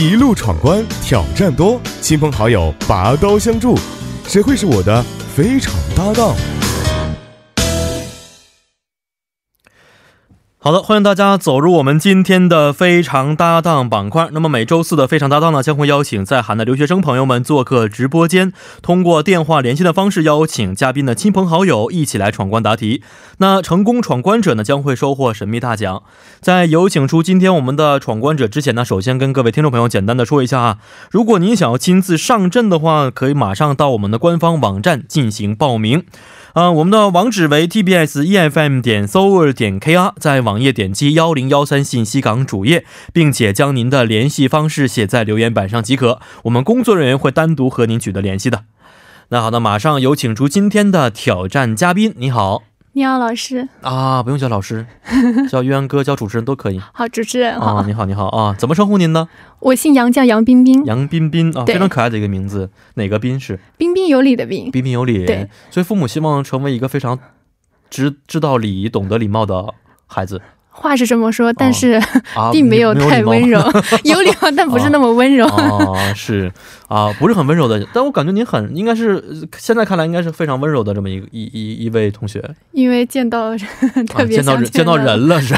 一路闯关，挑战多，亲朋好友拔刀相助，谁会是我的非常搭档？好的，欢迎大家走入我们今天的非常搭档板块。那么每周四的非常搭档呢，将会邀请在韩的留学生朋友们做客直播间，通过电话连线的方式邀请嘉宾的亲朋好友一起来闯关答题。那成功闯关者呢，将会收获神秘大奖。在有请出今天我们的闯关者之前呢，首先跟各位听众朋友简单的说一下啊，如果您想要亲自上阵的话，可以马上到我们的官方网站进行报名。啊、我们的网址为 tbs efm E 点 s o u r 点 kr，在网页点击幺零幺三信息港主页，并且将您的联系方式写在留言板上即可，我们工作人员会单独和您取得联系的。那好的，马上有请出今天的挑战嘉宾。你好你好，老师，啊，不用叫老 师，叫渊哥，叫主持人都可以。好，主持人 好，啊，你好，你好啊，怎么称呼您呢？我姓杨，叫杨冰冰，杨彬彬啊，对非常可爱的一个名字。哪个彬是彬彬有礼的彬，彬彬有礼对？所以父母希望成为一个非常知知道礼仪、懂得礼貌的孩子。话是这么说，但是、啊，并没有没有太礼貌温 柔，有礼貌但不是那么温柔。啊，是啊，不是很温柔的，但我感觉您很应该是呃现在看来应该是非常温柔的这么一个一一一位同学，因为见到 特啊、别见到想人见到人哦了是，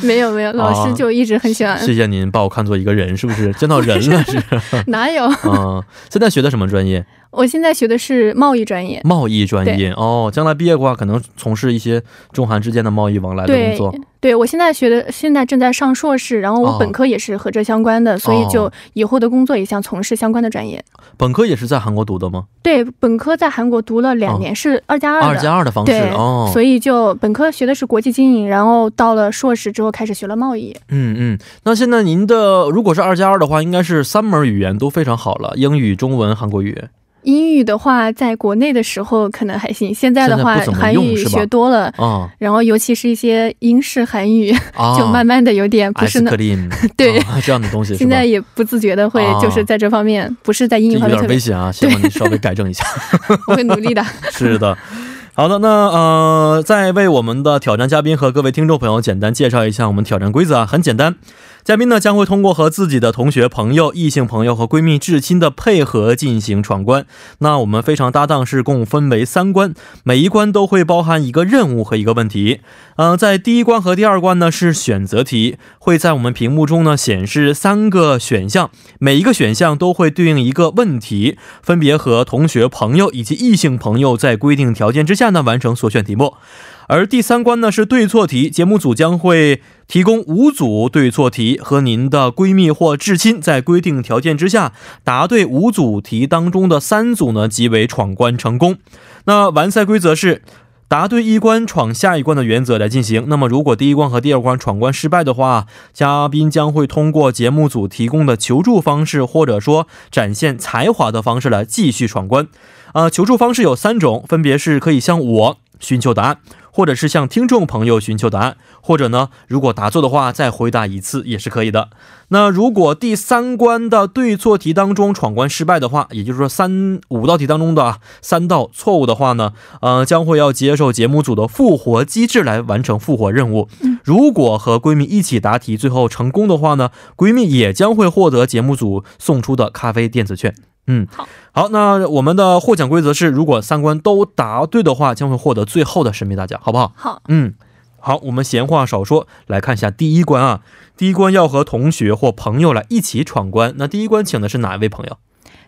没有没有，老师就一直很喜欢，谢谢您把我看作一个人是不是？见到人了是哪有？啊，现在学的什么专业？我现在学的是贸易专业，贸易专业哦，将来毕业的话可能从事一些中韩之间的贸易往来的工对作。对我现在学的现在正在上硕士，然后哦我本科也是和这相关的，所以就以后的工作也想从事相关的专业。本科也是在韩国读的吗？对，本科在韩国读了两年，是二加二哦二的。加二的方式对、哦，所以就本科学的是国际经营，然后到了硕士之后开始学了贸易。嗯嗯，那现在您的如果是二加二的话，应该是三门语言都非常好了，英语、中文、韩国语。英语的话，在国内的时候可能还行，现在的话现在不怎么韩用语是吧学多了，啊、然后尤其是一些英式韩语，啊，就慢慢的有点不是 ice 那， cream， 对啊、这样的东西是吧，现在也不自觉的会啊就是在这方面，不是在英语这方有面特点危别，险啊，希望你稍微改正一下。我会努力的。 是的。好的，那呃，再为我们的挑战嘉宾和各位听众朋友简单介绍一下我们挑战规则啊，很简单，嘉宾呢将会通过和自己的同学、朋友、异性朋友和闺蜜、至亲的配合进行闯关。那我们非常搭档是共分为三关，每一关都会包含一个任务和一个问题。呃，在第一关和第二关呢是选择题，会在我们屏幕中呢显示三个选项，每一个选项都会对应一个问题，分别和同学、朋友以及异性朋友在规定条件之下呢完成所选题目。而第三关呢是对错题，节目组将会提供五组对错题，和您的闺蜜或至亲在规定条件之下答对五组题当中的三组呢即为闯关成功。那完赛规则是。答对一关闯下一关的原则来进行。那么，如果第一关和第二关闯关失败的话，嘉宾将会通过节目组提供的求助方式，或者说展现才华的方式来继续闯关。呃，求助方式有三种，分别是可以向我寻求答案，或者是向听众朋友寻求答案，或者呢，如果答错的话，再回答一次也是可以的。那如果第三关的对错题当中闯关失败的话，也就是说三五道题当中的啊三道错误的话呢，呃，将会要接受节目组的复活机制来完成复活任务。如果和闺蜜一起答题，最后成功的话呢，闺蜜也将会获得节目组送出的咖啡电子券。嗯，好，好，那我们的获奖规则是，如果三关都答对的话，将会获得最后的神秘大奖，好不好？好，嗯，好，我们闲话少说，来看一下第一关啊。第一关要和同学或朋友来一起闯关。那第一关请的是哪一位朋友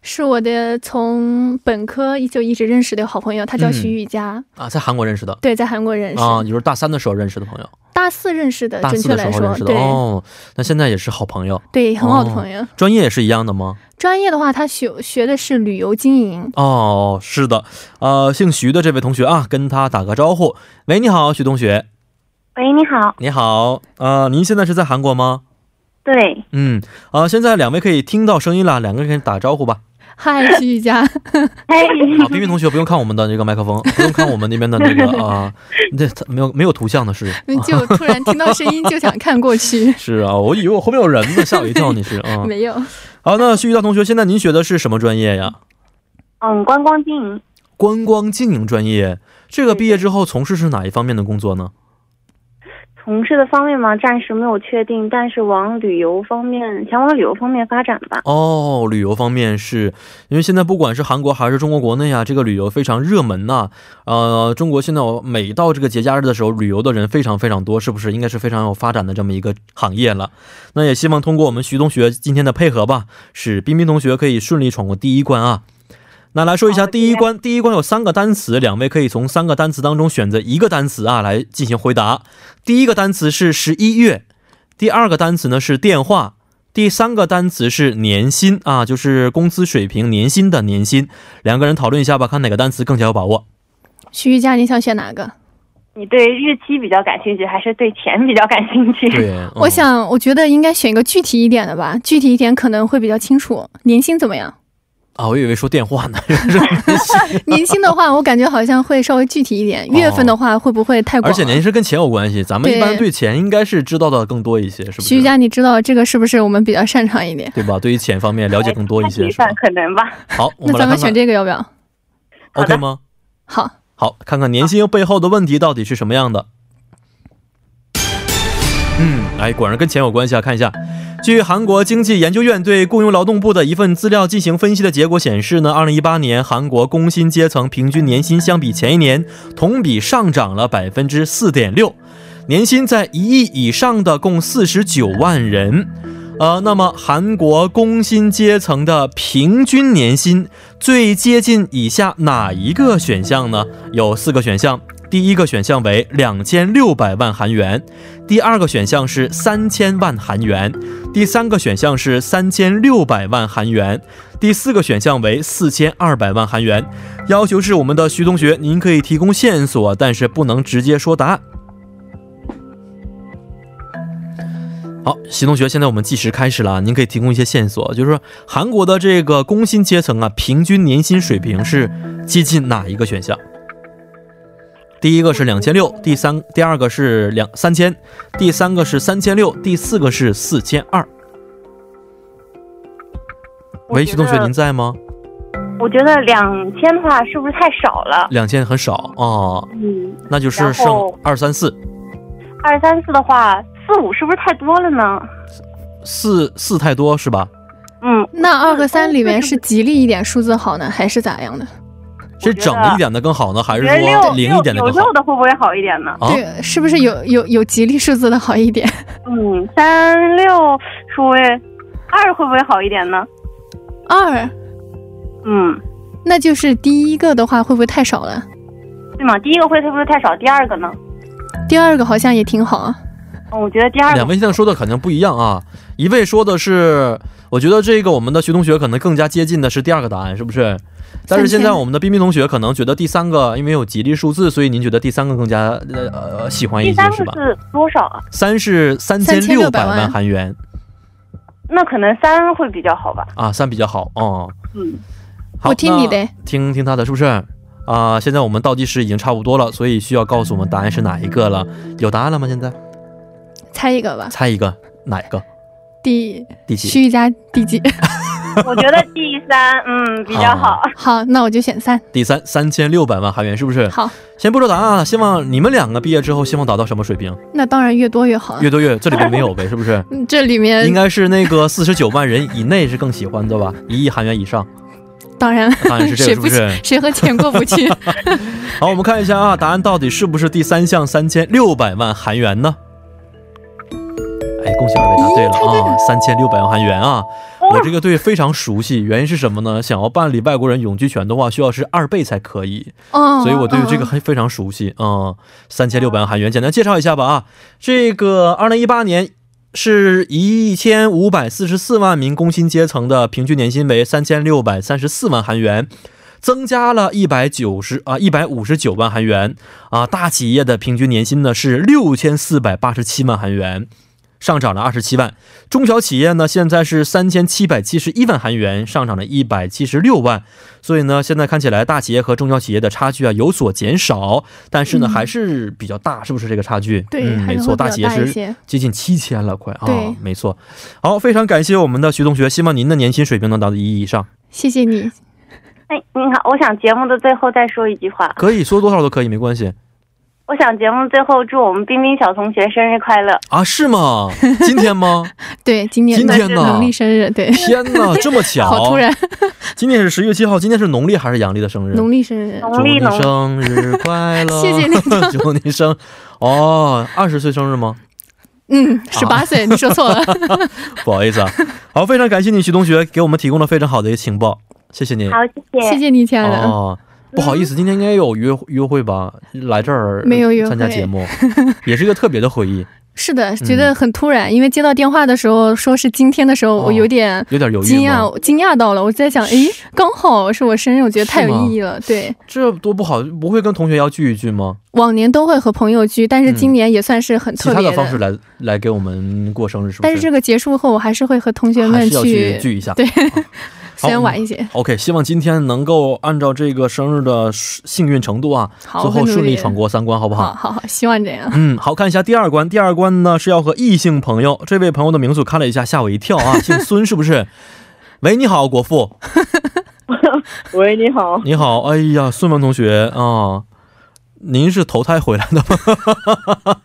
是我的从本科就一直认识的好朋友，他叫嗯徐雨佳，啊？在韩国认识的对，在韩国认识，啊，也就是大三的时候认识的朋友，大四认识的，大准四确的来时候说认，识的对、哦。那现在也是好朋友，对，很好的哦朋友。专业也是一样的吗？专业的话，他学学的是旅游经营。哦，是的，呃，姓徐的这位同学啊，跟他打个招呼。喂，你好，徐同学，喂，你好。你好，呃，您现在是在韩国吗？ 对，嗯，啊、现在两位可以听到声音了，两个人可以打招呼 吧。嗨，徐 雨佳，哎，啊，冰冰同学不用看我们的那个麦克风， 不用看我们那边的那个啊， 那、它没有没有图像的是，就突然听到声音就想看过去 是啊，我以为我后面有人呢，吓我一跳，你是啊。没有。好，那徐玉大同学，现在您学的是什么专业呀？ 嗯，观光经营，嗯观光经营专业。这个毕业之后从事是哪一方面的工作呢？从事的方面嘛，暂时没有确定，但是往旅游方面，想往旅游方面发展吧。哦，旅游方面是因为现在不管是韩国还是中国国内啊，这个旅游非常热门呐、呃，中国现在我每到这个节假日的时候，旅游的人非常非常多，是不是？应该是非常有发展的这么一个行业了。那也希望通过我们徐同学今天的配合吧，使彬彬同学可以顺利闯过第一关啊。那来说一下好的第一关，第一关有三个单词，两位可以从三个单词当中选择一个单词啊来进行回答。第一个单词是十一月，第二个单词呢是电话，第三个单词是年薪啊，就是工资水平年薪的年薪。两个人讨论一下吧，看哪个单词更加有把握。徐玉佳，你想选哪个？哦你对日期比较感兴趣，还是对钱比较感兴趣？ 对，嗯我想，我觉得应该选一个具体一点的吧，具体一点可能会比较清楚。年薪怎 么样？啊，我以为说电话 呢，年薪的话，我感觉好像会稍微具体一点。哦月份的话，会不会太广而了？且年薪跟钱有关系，咱们一般对对钱应该是知道的更多一些，是不徐玉是？佳，你知道这个是不是我们比较擅长一点？对吧？对于钱方面了解更多一些， 一是吧半？可能吧。好，我那们来咱看们选看这个要不要？好的，OK 吗？好，好，看看年薪背后的问题到底是什么样的。嗯，哎，果然跟钱有关系啊！看一下，据韩国经济研究院对雇佣劳动部的一份资料进行分析的结果显示呢，二零一八年韩国工薪阶层平均年薪相比前一年同比上涨了百分之四点六，年薪在一亿以上的共四十九万人。呃，那么韩国工薪阶层的平均年薪最接近以下哪一个选项呢？有四个选项。第一个选项为两千六百万韩元，第二个选项是三千万韩元，第三个选项是三千六百万韩元，第四个选项为四千二百万韩元。要求是我们的徐同学，您可以提供线索，但是不能直接说答案。好，徐同学，现在我们计时开始了啊，您可以提供一些线索，就是说韩国的这个工薪阶层啊，平均年薪水平是接近哪一个选项？第一个是两千六，第三，第二个是两三千，第三个是三千六，第四个是四千二。我喂，觉徐同学，得您在吗？我觉得两千的话是不是太少了？两千很少哦，嗯，那就是然剩后二三四二三四的话，四五是不是太多了呢？四四太多是吧？嗯，那二和三里面是吉利一点数字好呢，还是咋样的？是整一点的更好呢，还我是觉得说六零一点的有更好六？的会不会好一点呢？啊对，是不是有有有吉利数字的好一点？嗯，三六数位二会不会好一点呢？二，嗯，那就是第一个的话会不会太少了？对嘛？第一个会会不会太少？第二个呢？第二个好像也挺好啊。嗯我觉得第二两个位现在说的肯定不一样啊，一位说的是，我觉得这个我们的徐同学可能更加接近的是第二个答案，是不是？但是现在我们的彬彬同学可能觉得第三个，因为有吉利数字，所以您觉得第三个更加呃呃喜欢一第些三是吧？个是多少啊？三是三千六百3600万万韩元那可能三会比较好吧。啊，三比较好哦。嗯，好我听你，的，那听听他的是不是？啊、现在我们倒计时已经差不多了，所以需要告诉我们答案是哪一个了。有答案了吗？现在猜一个吧。猜一个，哪一个？第第几？徐玉佳第几？嗯我觉得第三嗯比较好。 好，那我就选三。第三，三千六百万韩元是不是？好，先不说答案啊，希望你们两个毕业之后，希望达到什么水平？那当然越多越好啊。越多越，这里面没有呗，是不 是？嗯这里面应该是那个四十九万人以内是更喜欢的吧，一亿韩元以上，当然当然是这个，是谁不不是？ 谁和钱过 不去？好，我们看一下啊，答案到底是不是第三项三千六百万韩元呢？哎，恭喜二位答对了啊，三千六百万韩元啊！我这个对非常熟悉，原因是什么呢？想要办理外国人永居权的话，需要是二倍才可以。哦，所以我对这个嗯还非常熟悉。嗯，三千六百万韩元，简单介绍一下吧啊，这个二零一八年。是一千五百四十四万名工薪阶层的平均年薪为三千六百三十四万韩元，增加了一百九十啊一百五十九万韩元啊。大企业的平均年薪呢是六千四百八十七万韩元，上涨了二十七万。中小企业呢现在是三千七百七十一万韩元，上涨了一百七十六万。所以呢，现在看起来大企业和中小企业的差距啊有所减少，但是呢、嗯还是比较大，是不是这个差距？哦对嗯，还没是错，会大企比业较大一是些。接近七千了，快啊、对没错。好，非常感谢我们的徐同学，希望您的年薪水平能达到一亿以上，谢谢你，哎，你好，我想节目的最后再说一句话。可以说多少都可以，没关系。我想节目最后祝我们冰冰小同学生日快乐。啊，是吗？今天 吗？对，今年今天是呢农历生日，对，天哪，这么巧！好突然，今天是十月七号，今天是农历还是阳历的生日？农历生日，农祝历你农生 日快乐！谢谢你祝你生哦，二十岁生日吗？嗯，十八岁，你说错了，不好意思啊。好，非常感谢你，徐同学给我们提供了非常好的一个情报，谢谢你。好，谢谢。谢谢你，亲爱的。嗯哦，不好意思，今天应该有约约会吧？来这儿没有约会参加节 目，也是一个特别的回忆，是的，觉得很突然，因为接到电话的时候说是今天的时候，嗯哦我有点有点犹惊豫讶，吗？我惊讶到了。我在想，诶，刚好是我生日，我觉得太是吗有意义了。对，这多不好，不会跟同学要聚一聚吗？往年都会和朋友聚，但是今年也算是很嗯其特他别的方式来来给我们过生日，是不但是这个结束后，我还是会和同学还们是要去聚一下。对，好虽然晚一些。 OK，希望今天能够按照这个生日的幸运程度啊，好最我后会努顺利力闯过三关，好不好好？好好，希望这样。嗯，好看一下第二关。第二关呢是要和异性朋友，这位朋友的名字我看了一下，吓我一跳啊，姓孙是不是？喂，你好，国富，喂，你好，你好，哎呀，孙文同学啊、您是投胎回来的 吗？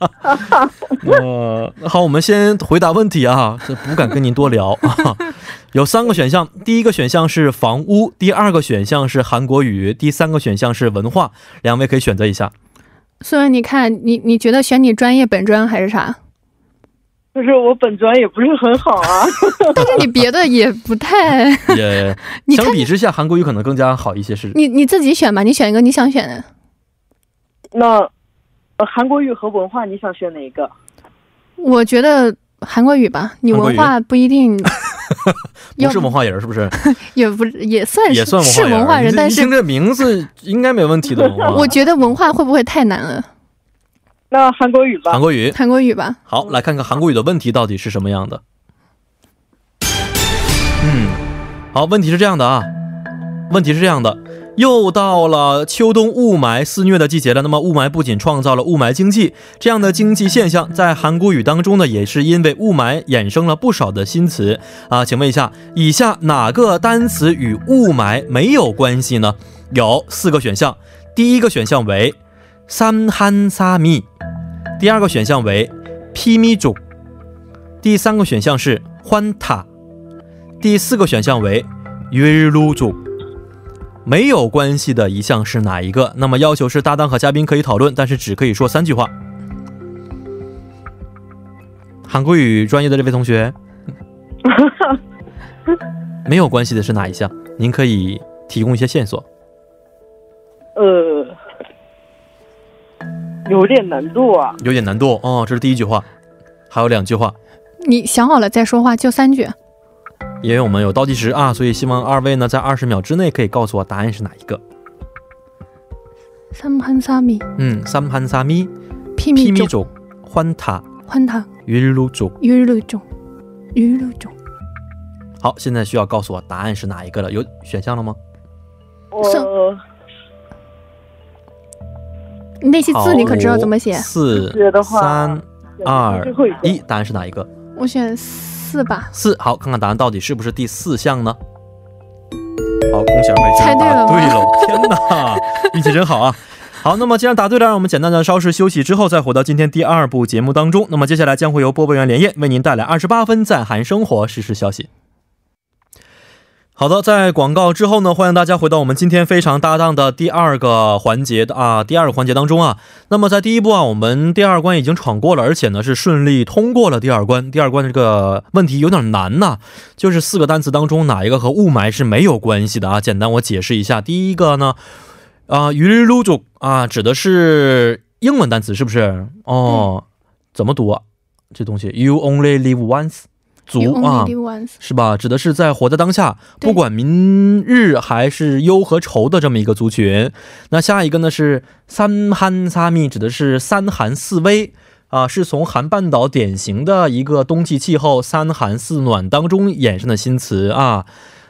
呃，好，我们先回答问题啊，这不敢跟您多聊啊。有三个选项，第一个选项是房屋，第二个选项是韩国语，第三个选项是文化，两位可以选择一下。虽然你看，你你觉得选你专业本专还是啥？就是我本专也不是很好啊， 但是你别的也不太，也 你看相比之下，韩国语可能更加好一些是。你你自己选吧，你选一个你想选的。那、呃韩国语和文化，你想选哪一个？我觉得韩国语吧，你韩国文语，化不一定不是文化人是不是？也不也算是也算文化是人，文化人，你这但一是听这名字应该没问题的啊文化。 我觉得文化会不会太难了？那韩国语吧韩。国语韩国语吧，好，来看看韩国语的问题到底是什么样的。嗯，好，问题是这样的啊，问题是这样的，又到了秋冬雾霾肆虐的季节了。那么雾霾不仅创造了雾霾经济，这样的经济现象在韩国语当中呢，也是因为雾霾衍生了不少的新词啊。请问一下，以下哪个单词与雾霾没有关系呢？有四个选项，第一个选项为三憨沙密，第二个选项为피미족，第三个选项是欢塔，第四个选项为约鲁族。没有关系的一项是哪一个？那么要求是搭档和嘉宾可以讨论，但是只可以说三句话。韩国语专业的这位同 学，没有关系的是哪一项？您可以提供一些线索。呃，有点难度啊。有点难度哦，这是第一句话，还有两句话，你想好了再说话，就三句。因为我们有倒计时啊，所以希望二位呢在二十秒之内可以告诉我答案是哪一个。三盘三米， 음, 삼한삼이 피미족, 피미족, 환타, 환타, 율루족. 율루족, 율루족.好，现在需要告诉我答案是哪一个了？有选项了吗？我那些好哦字你可知道怎么写五？四字的话三二最后一个一，答案是哪一个？我选四吧。四。好，看看答案到底是不是第四项呢？好，恭喜二位，猜真的对答了吗对了！天哪，运气真好啊！ 好，那么既然答对了，让我们简单的稍事休息之后，再回到今天第二部节目当中。那么接下来将会由播报员连夜为您带来二十八分在韩生活实时消息。好的，在广告之后呢，欢迎大家回到我们今天非常搭档的第二个环节的啊，第二个环节当中啊。那么在第一步啊，我们第二关已经闯过了，而且呢是顺利通过了第二关。第二关的这个问题有点难呐、就是四个单词当中哪一个和雾霾是没有关系的啊？简单我解释一下，第一个呢，啊、u r u j 啊，指的是英文单词是不是？嗯哦，怎么读啊？这东西，You only live once，族 You 啊。 only live once。是吧？指的是在活在当下，对不管明日还是忧和愁的这么一个族群。那下一个呢是三寒三密，指的是三寒四危。啊，是从韩半岛典型的一个冬季气候三寒四暖当中衍生的新词啊。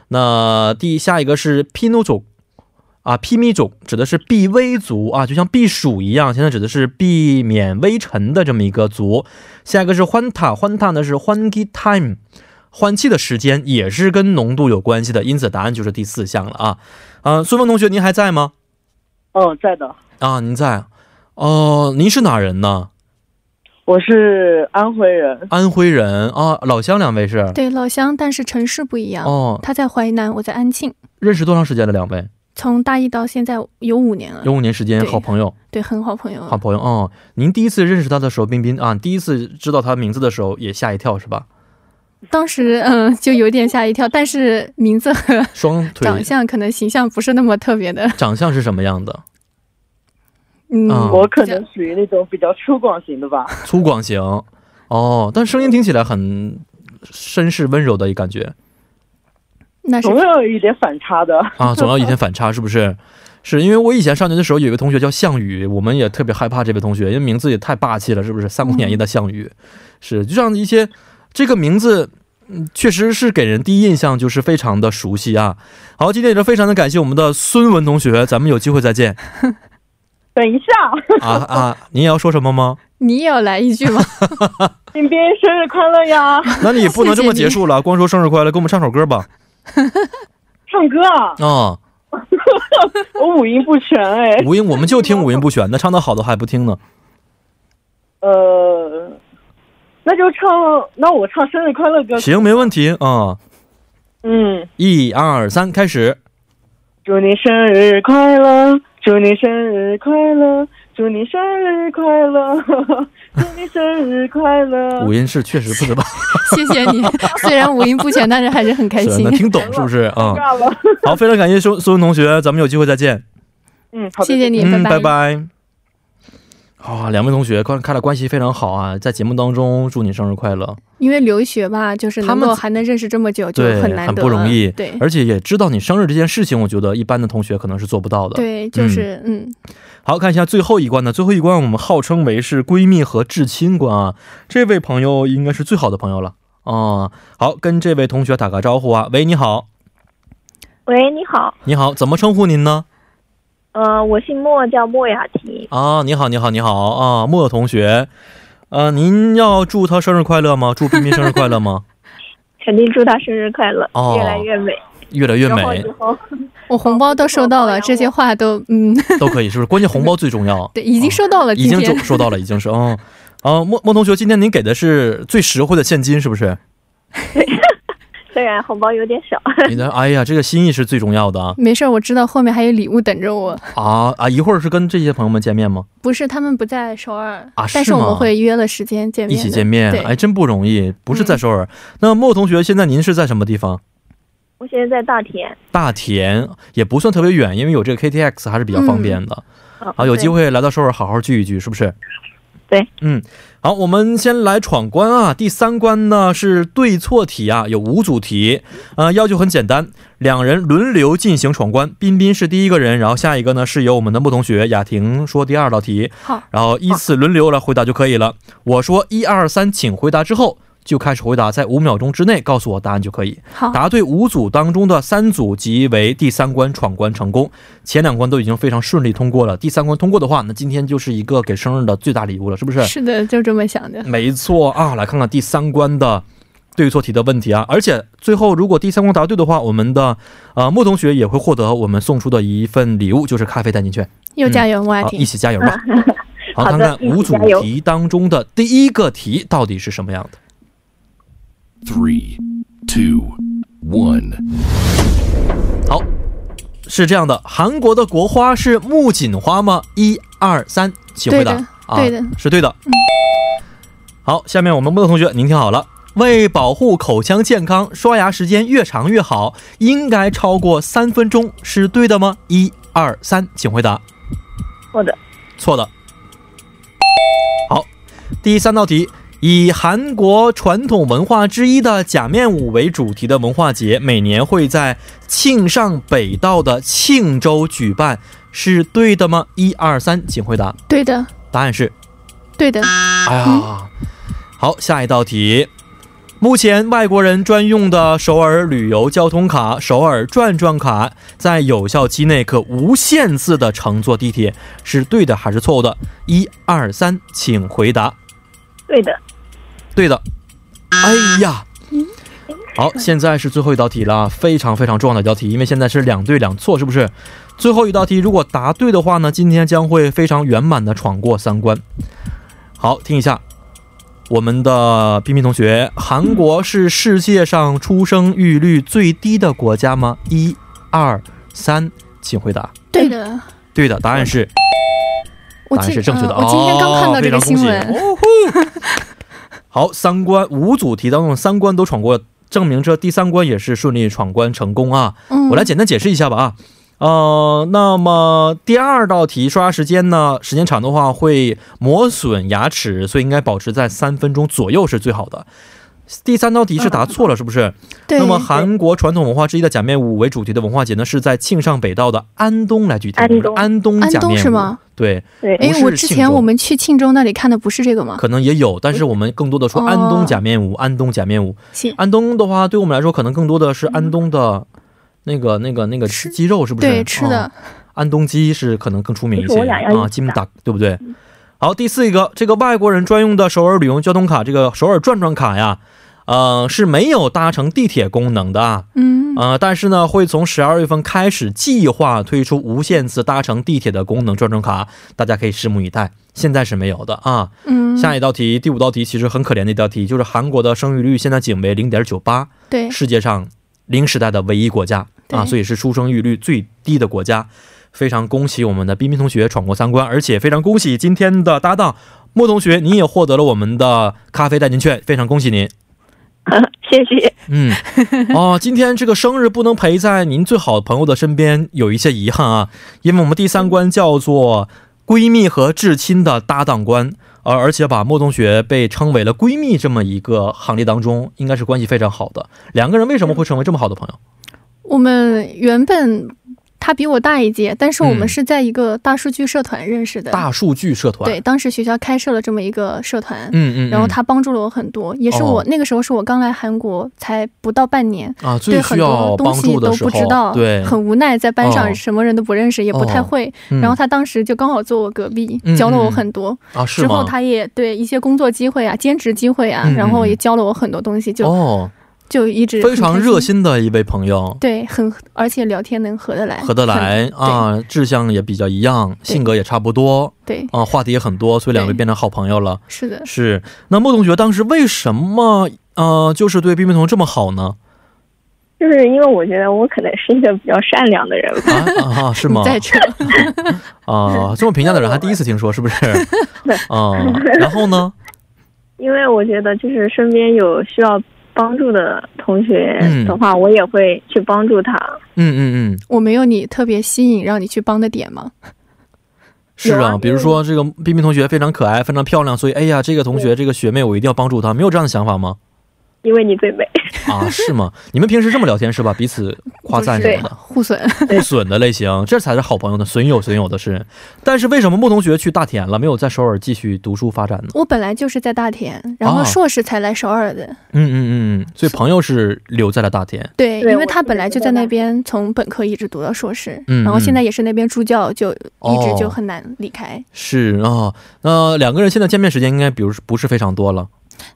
那第下一个是 p i n o 种啊 p i m i 种指的是避危族啊，就像避暑一样，现在指的是避免微尘的这么一个族。下一个是欢塔，欢塔呢是欢 g time，换气的时间也是跟浓度有关系的，因此答案就是第呃四项了啊。啊，孙峰同学，您还在吗？嗯，在的。啊，您在。哦、您是哪人呢？我是安徽人，安徽人啊，老乡，两位是？对，啊老乡，但是城市不一样。哦，他在淮南，我在安庆。认识多长时间了？两位从大一到现在有五年了有，五年时间，嗯对嗯好朋友，对，很好朋友了。好朋友。哦，您第一次认识他的时候，彬彬啊，第一次知道他名字的时候也吓一跳是吧？当时嗯，就有点吓一跳，但是名字和双腿长相可能形象不是那么特别的。长相是什么样的？嗯，啊我可能属于那种比较粗犷型的 吧。粗犷型。哦，但声音听起来很绅士温柔的一感觉那是总要有一点反差的。 啊，总要一点反差是不是？是因为我以前上学的时候有一个同学叫项羽，我们也特别害怕这位同学，因为名字也太霸气了，是不是？《三国演义》的项羽，是就像一些嗯这个名字。嗯，确实是给人第一印象就是非常的熟悉啊。好，今天也是非常的感谢我们的孙文同学，咱们有机会再见等一下， 啊啊！您也要说什么吗？你也要来一句吗？ 彬彬生日快乐 呀！那你不能这么谢谢结你束了，光说生日快乐，给我们唱首歌吧唱歌啊，啊、我五音不全哎。五音我们就听五音不全的，唱的好的还不听呢。呃，那就唱，那我唱生日快乐歌。行，没问题啊、嗯，一二三，开始。祝你生日快乐，祝你生日快乐，祝你生日快乐， 祝你生日快乐五。音是确实不怎么，谢谢你，虽然五音不全，但是还是很开是心能。 听懂是不是啊、尴尬了。好，非常感谢苏苏文同学，咱们有机会再 见。嗯，好的，谢谢你，嗯，拜。拜拜。啊、两位同学看看来关系非常好啊，在节目当中祝你生日快乐，因为留学吧，就是他能们够还能认识这么久，就对，很难得，啊不容易，嗯对而且也知道你生日这件事情，我觉得一般的同学可能是做不到的。对，就是嗯，好看一下最后一关呢，最后一关我们号称为是闺蜜和至亲关啊，这位朋友应该是最好的朋友了啊、好，跟这位同学打个招呼啊，喂，你好，喂，你好，你好，怎么称呼您呢？呃，我姓莫，叫莫雅婷。啊，你好，你好，你好啊，莫同学，呃，您要祝他生日快 乐吗？祝彬彬生日快乐吗？肯定祝她生日快乐，哦越来越美，越来越 然后美以后我红包都收到了，这些话都嗯， 都可以，是不是？关键红包最重要，对，已经收到了，哦已呃经今天收收到了，已经是哦。啊，莫莫同学，今天您给的是最实惠的现金，是不 是？虽然红包有点少，你的，哎呀，这个心意是最重要的啊没事儿，我知道后面还有礼物等着我。啊啊！一会儿是跟这些朋友们见面吗？不是他们不在首尔啊但是是我吗们会约了时间见一面的，起见面对，嗯哎，真不容易，不是在首尔。那莫同学，现在您是在什么地方？我现在在大田。大田也不算特别远，因为有这个 KTX 还是比较方便的。啊好，有机会。会来到首尔好好聚一聚，是不是？对，嗯，好，我们先来闯关啊。第三关呢是对错题啊，有五组题，呃，要求很简单，两人轮流进行闯关，彬彬是第一个人，然后下一个呢是由我们的莫同学雅婷说第二道题，好，然后依次轮流来回答就可以了。我说一二三，请回答之后。就开始回答，在五秒钟之内告诉我答案就可以。好，答对五组当中的三组即为第三关闯关成功，前两关都已经非常顺利通过了，第三关通过的话，那今天就是一个给生日的最大礼物了，是不是？是的，就这么想的。没错啊，来看看第三关的对错题的问题啊，而且最后如果第三关答对的话，我们的呃莫同学也会获得我们送出的一份礼物，就是咖啡代金券。又加油，莫爱好，啊一婷。起加 油吧！好，好看的看一起五组加油题当中的第一个题到底是什么样的。 three, two, one. 好，是这样的，韩国的国花是木槿花吗？一二三，请回答。对的对的嗯啊，是对的。好，下面我们木头同学，您听好了。为保护口腔健康，刷牙时间越长越好，应该超过三分钟，是对的吗？一二三，请回答。错的，错的。好，第三道题，以韩国传统文化之一的假面舞为主题的文化节，每年会在庆尚北道的庆州举办，是对的吗？一二三，请回答。对的，答案是，对的，哎呀，好，下一道题。目前，外国人专用的首尔旅游交通卡、首尔转转卡，在有效期内可无限次的乘坐地铁，是对的还是错误的？一二三，请回答。对的， 对的。哎呀，啊好，现在是最后一道题了，非常非常重要的一道题，因为现在是两对两错，是不是？最后一道题，如果答对的话呢，今天将会非常圆满的闯过三关。好，听一下，我们的彬彬同学，韩国是世界上出生育率最低的国家吗？一、二、三，请回答。对的，对的，答案是我哎答案今是正确的。嗯我今天刚看到这个新哦非常闻，恭喜哦呼 好，三关五组题当中，三关都闯过，证明这第三关也是顺利闯关成功啊。嗯，我来简单解释一下吧啊。呃，那么第二道题刷牙时间呢，时间长的话会磨损牙齿，所以应该保持在三分钟左右是最好的。第三道题是答错了，是不是？嗯对，那么韩国传统文化之一的假面舞为主题的文化节呢，是在庆尚北道的安东来举行。安东安东安假东面舞是吗？对，对不哎是，我之庆前州我们去庆州那里看的不是这个吗？可能也有，但是我们更多的说安哎哦东假面舞，安东假面舞。行，安东的话，对我们来说可能更多的是安东的那个、那个、那个嗯吃鸡肉，是不是？对，吃啊的，安东鸡是可能更出名一其实些我俩要一起啊，打金木打对不对？嗯好，第四一个，这个外国人专用的首尔旅游交通卡，这个首尔转转卡呀，呃，是没有搭乘地铁功能的啊，嗯，呃，但是呢，会从十二月份开始计划推出无限次搭乘地铁的功能转转卡，大家可以拭目以待。现在是没有的啊。嗯，下一道题，第五道题其实很可怜的一道题，就是韩国的生育率现在仅为零点九八，对，世界上零时代的唯一国家哎对啊，所以是出生育率最低的国家。非常恭喜我们的彬彬同学闯过三关，而且非常恭喜今天的搭档莫同学，你也获得了我们的咖啡代金券，非常恭喜您。谢谢。嗯，哦，今天这个生日不能陪在您最好的朋友的身边，有一些遗憾啊，因为我们第三关叫做闺蜜和至亲的搭档关，而而且把莫同学被称为了闺蜜这么一个行列当中，应该是关系非常好的。两个人为什么会成为这么好的朋友？我们原本他比我大一届，但是我嗯们是在一个大数据社团认识的。大数据社团，对，当时学校开设了这么一个社嗯，团，嗯嗯，哦然后他帮助了我很多，也是我、那个时候是我刚来韩国才不到半年，啊最对很需多要东帮西助都的时不候，知道，对，很无奈，在班哦上什么人都不认识，也不太会。嗯然后他当时就刚好坐我隔壁，嗯教了我很多。啊是之吗？后他也对一些工作机会啊、兼职机会啊，嗯然后嗯也教了我很多东西，就、哦，就一直非常很开热，心的一位朋友，对，很而且聊天能合得来，合得来很，啊，志向也比较一样，性格也差不多对对，啊，话题也很多，所以两位对变成好朋友了。是的，是，那莫同学当时为什么呃，就是对冰冰同学这么好呢？就是因为我觉得我可能是一个比较善良的人吧，啊啊，是吗你？在这，啊，这么评价的人还第一次听说，是不是？啊，然后呢？因为我觉得就是身边有需要帮助的同学嗯的话，我也会去帮助他。嗯嗯嗯，我没有你特别吸引让你去帮的点吗？是有啊，啊比如说这个冰冰同学非常可爱，非常漂亮，所以哎呀，这个同学这个学妹我一定要帮助她，没有这样的想法吗？因为你最美， 啊，是吗？你们平时这么聊天是吧？彼此夸赞不什是么的，互损， 不损的类型，这才是好朋友呢，损友损友的是。但是为什么莫同学去大田了，没有在首尔继续读书发展呢？我本来就是在大田，然哦后硕士才来首尔的，嗯嗯嗯嗯，所以朋友是留在了大田。对，对因为我他是本觉来得就在那边从本科一直读到硕士，嗯然后现嗯在也是那边助教，就一直哦就很难离开。是啊、那两个人现在见面时间应该，比如是不是非常多了？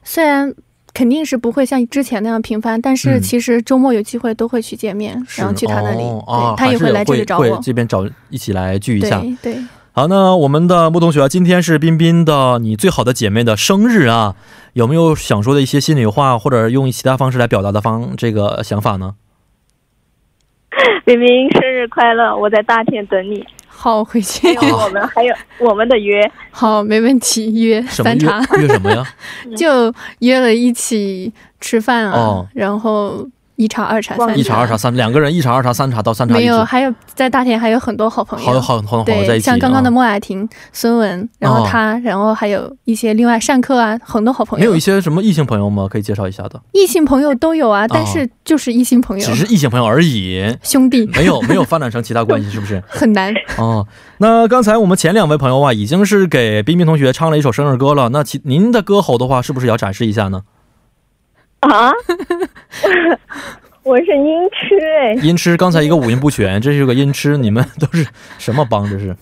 虽然肯定是不会像之前那样频繁，但是嗯其实周末有机会都会去见面，是然后去他那里，哦啊对，他也还是来这里找我。会这边找一起来聚一下。对对，好，那我们的穆同学啊，今天是彬彬的你最好的姐妹的生日啊，有没有想说的一些心里话，或者用其他方式来表达的方这个想法呢？明明生日快乐！我在大田等你，好，回还去有我们 还有我们的约， 好，没问题，约什么三茶，约约什么呀？ 就约了一起吃饭啊，哦然后一茶二茶逛三一茶二茶三，两个人一茶二茶三茶到三茶一没有，直，还有在大田还有很多好朋友，好有好好好友在一对，起。像刚刚的啊莫雅婷、孙文，然后他，然后还有一些另外善客啊，很多好朋没有友一，些什么异性朋友吗？可以介绍一下的，异性朋友都有啊，但是就是异性朋友哦只，是异性朋友而已，兄弟 没有没有发展成其他关系，是不是？很难。哦，那刚才我们前两位朋友啊，已经是给冰冰同学唱了一首生日歌了。那其您的歌喉的话，是不是也要展示一下呢？啊， 我是音痴哎，音痴，刚才一个五音不全，这是个音痴，你们都是什么帮？这是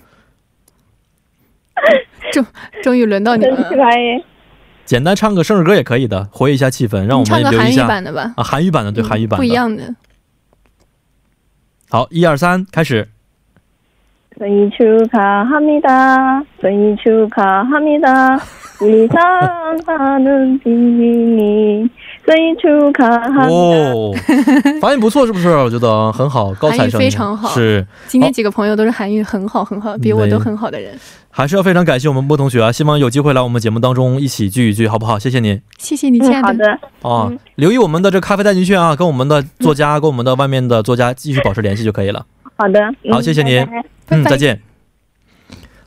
终于轮到哦你真们了奇，葩哎！简单唱个生日歌也可以的，活跃一下气氛，让我你唱们个留韩一语下版的吧，嗯啊，韩语版的对，韩语版的不一样的。好，一二三，开始。生意出卡哈密达，生意出卡哈密达，里桑哈努比尼，生意出卡哈密达。哦，发音不错，是不是？我觉得很好，高材韩语生非常好是。今天几个朋友都是韩语很好很好，比我哦对都很好的人，还是要非常感谢我们莫同学啊，希望有机会来我们节目当中一起聚一聚，好不好？谢谢您谢谢你，亲爱嗯，好的，啊！留意我们的这咖啡代金券啊，跟我们的作家、嗯跟我们的外面的作家继续保持联系就可以了。好的。嗯好，谢谢您，嗯，拜拜再见。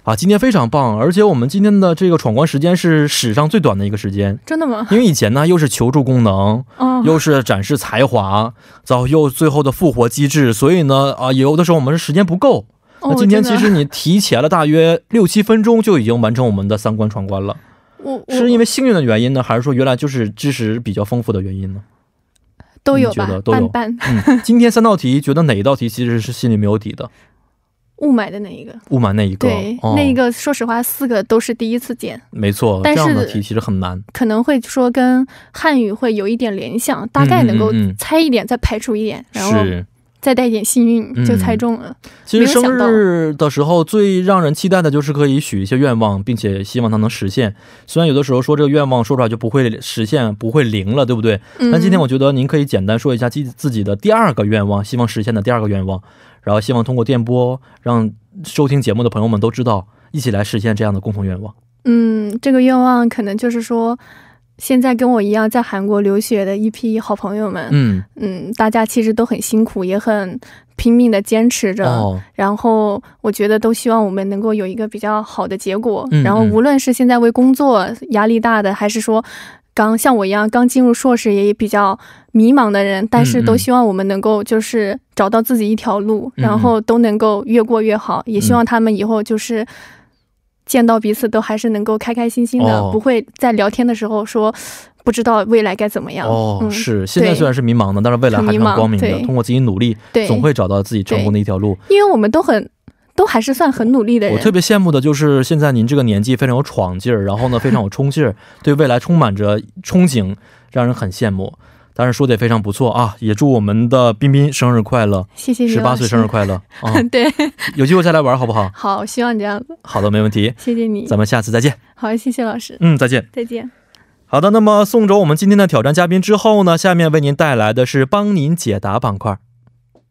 啊，今天非常棒，而且我们今天的这个闯关时间是史上最短的一个时间，真的吗？因为以前呢又是求助功能，哦，又是展示才华，然后又最后的复活机制，所以呢啊，有的时候我们是时间不够。哦那今天真其的实你提前了大约六七分钟就已经完成我们的三关闯关了，我我是因为幸运的原因呢，还是说原来就是知识比较丰富的原因呢？都你有觉吧得，都有半半嗯，今天三道题，觉得哪一道题其实是心里没有底的？雾霾的那一个，雾霾那一个，对，哦、那一个说实话四个都是第一次见，没错，这但是样的题其实很难。可能会说跟汉语会有一点联想，大概能够嗯嗯嗯猜一点，再排除一点，然后是，再带一点幸运嗯就猜中了。其实没有生想到日的时候最让人期待的就是可以许一些愿望，并且希望它能实现。虽然有的时候说这个愿望说出来就不会实现，不会灵了，对不对？嗯，但今天我觉得您可以简单说一下自自己的第二个愿望，希望实现的第二个愿望，然后希望通过电波让收听节目的朋友们都知道，一起来实现这样的共同愿望。嗯，这个愿望可能就是说，现在跟我一样在韩国留学的一批好朋友们，嗯，嗯大家其实都很辛苦，也很拼命的坚持着。哦，然后我觉得都希望我们能够有一个比较好的结果。嗯然后嗯无论是现在为工作压力大的，还是说刚像我一样刚进入硕士也比较迷茫的人，但是嗯都希望我们能够就是找到自己一条路，嗯嗯嗯然后都能够越过越好。也希望他们以后就是。见到彼此都还是能够开开心心的，哦不会在聊天的时候说不知道未来该怎么样。哦，嗯、是，现在虽然是迷茫的，但是未来很还是迷很茫光明的。对通过自己努力，对，总会找到自己成功的一条路。因为我们都很都还是算很努力的人。我特别羡慕的就是现在您这个年纪非常有闯劲儿，然后呢非常有冲劲儿，对未来充满着憧憬，让人很羡慕。当然说的也非常不错啊，也祝我们的彬彬生日快乐，谢谢你，十八岁生日快乐啊！乐。 对，有机会再来玩好不好？好，希望你这样子。好的，没问题，谢谢你咱，们下次再见。好，谢谢老师，嗯，再见。再见。好的，那么送走我们今天的挑战嘉宾之后呢，下面为您带来的是帮您解答板块。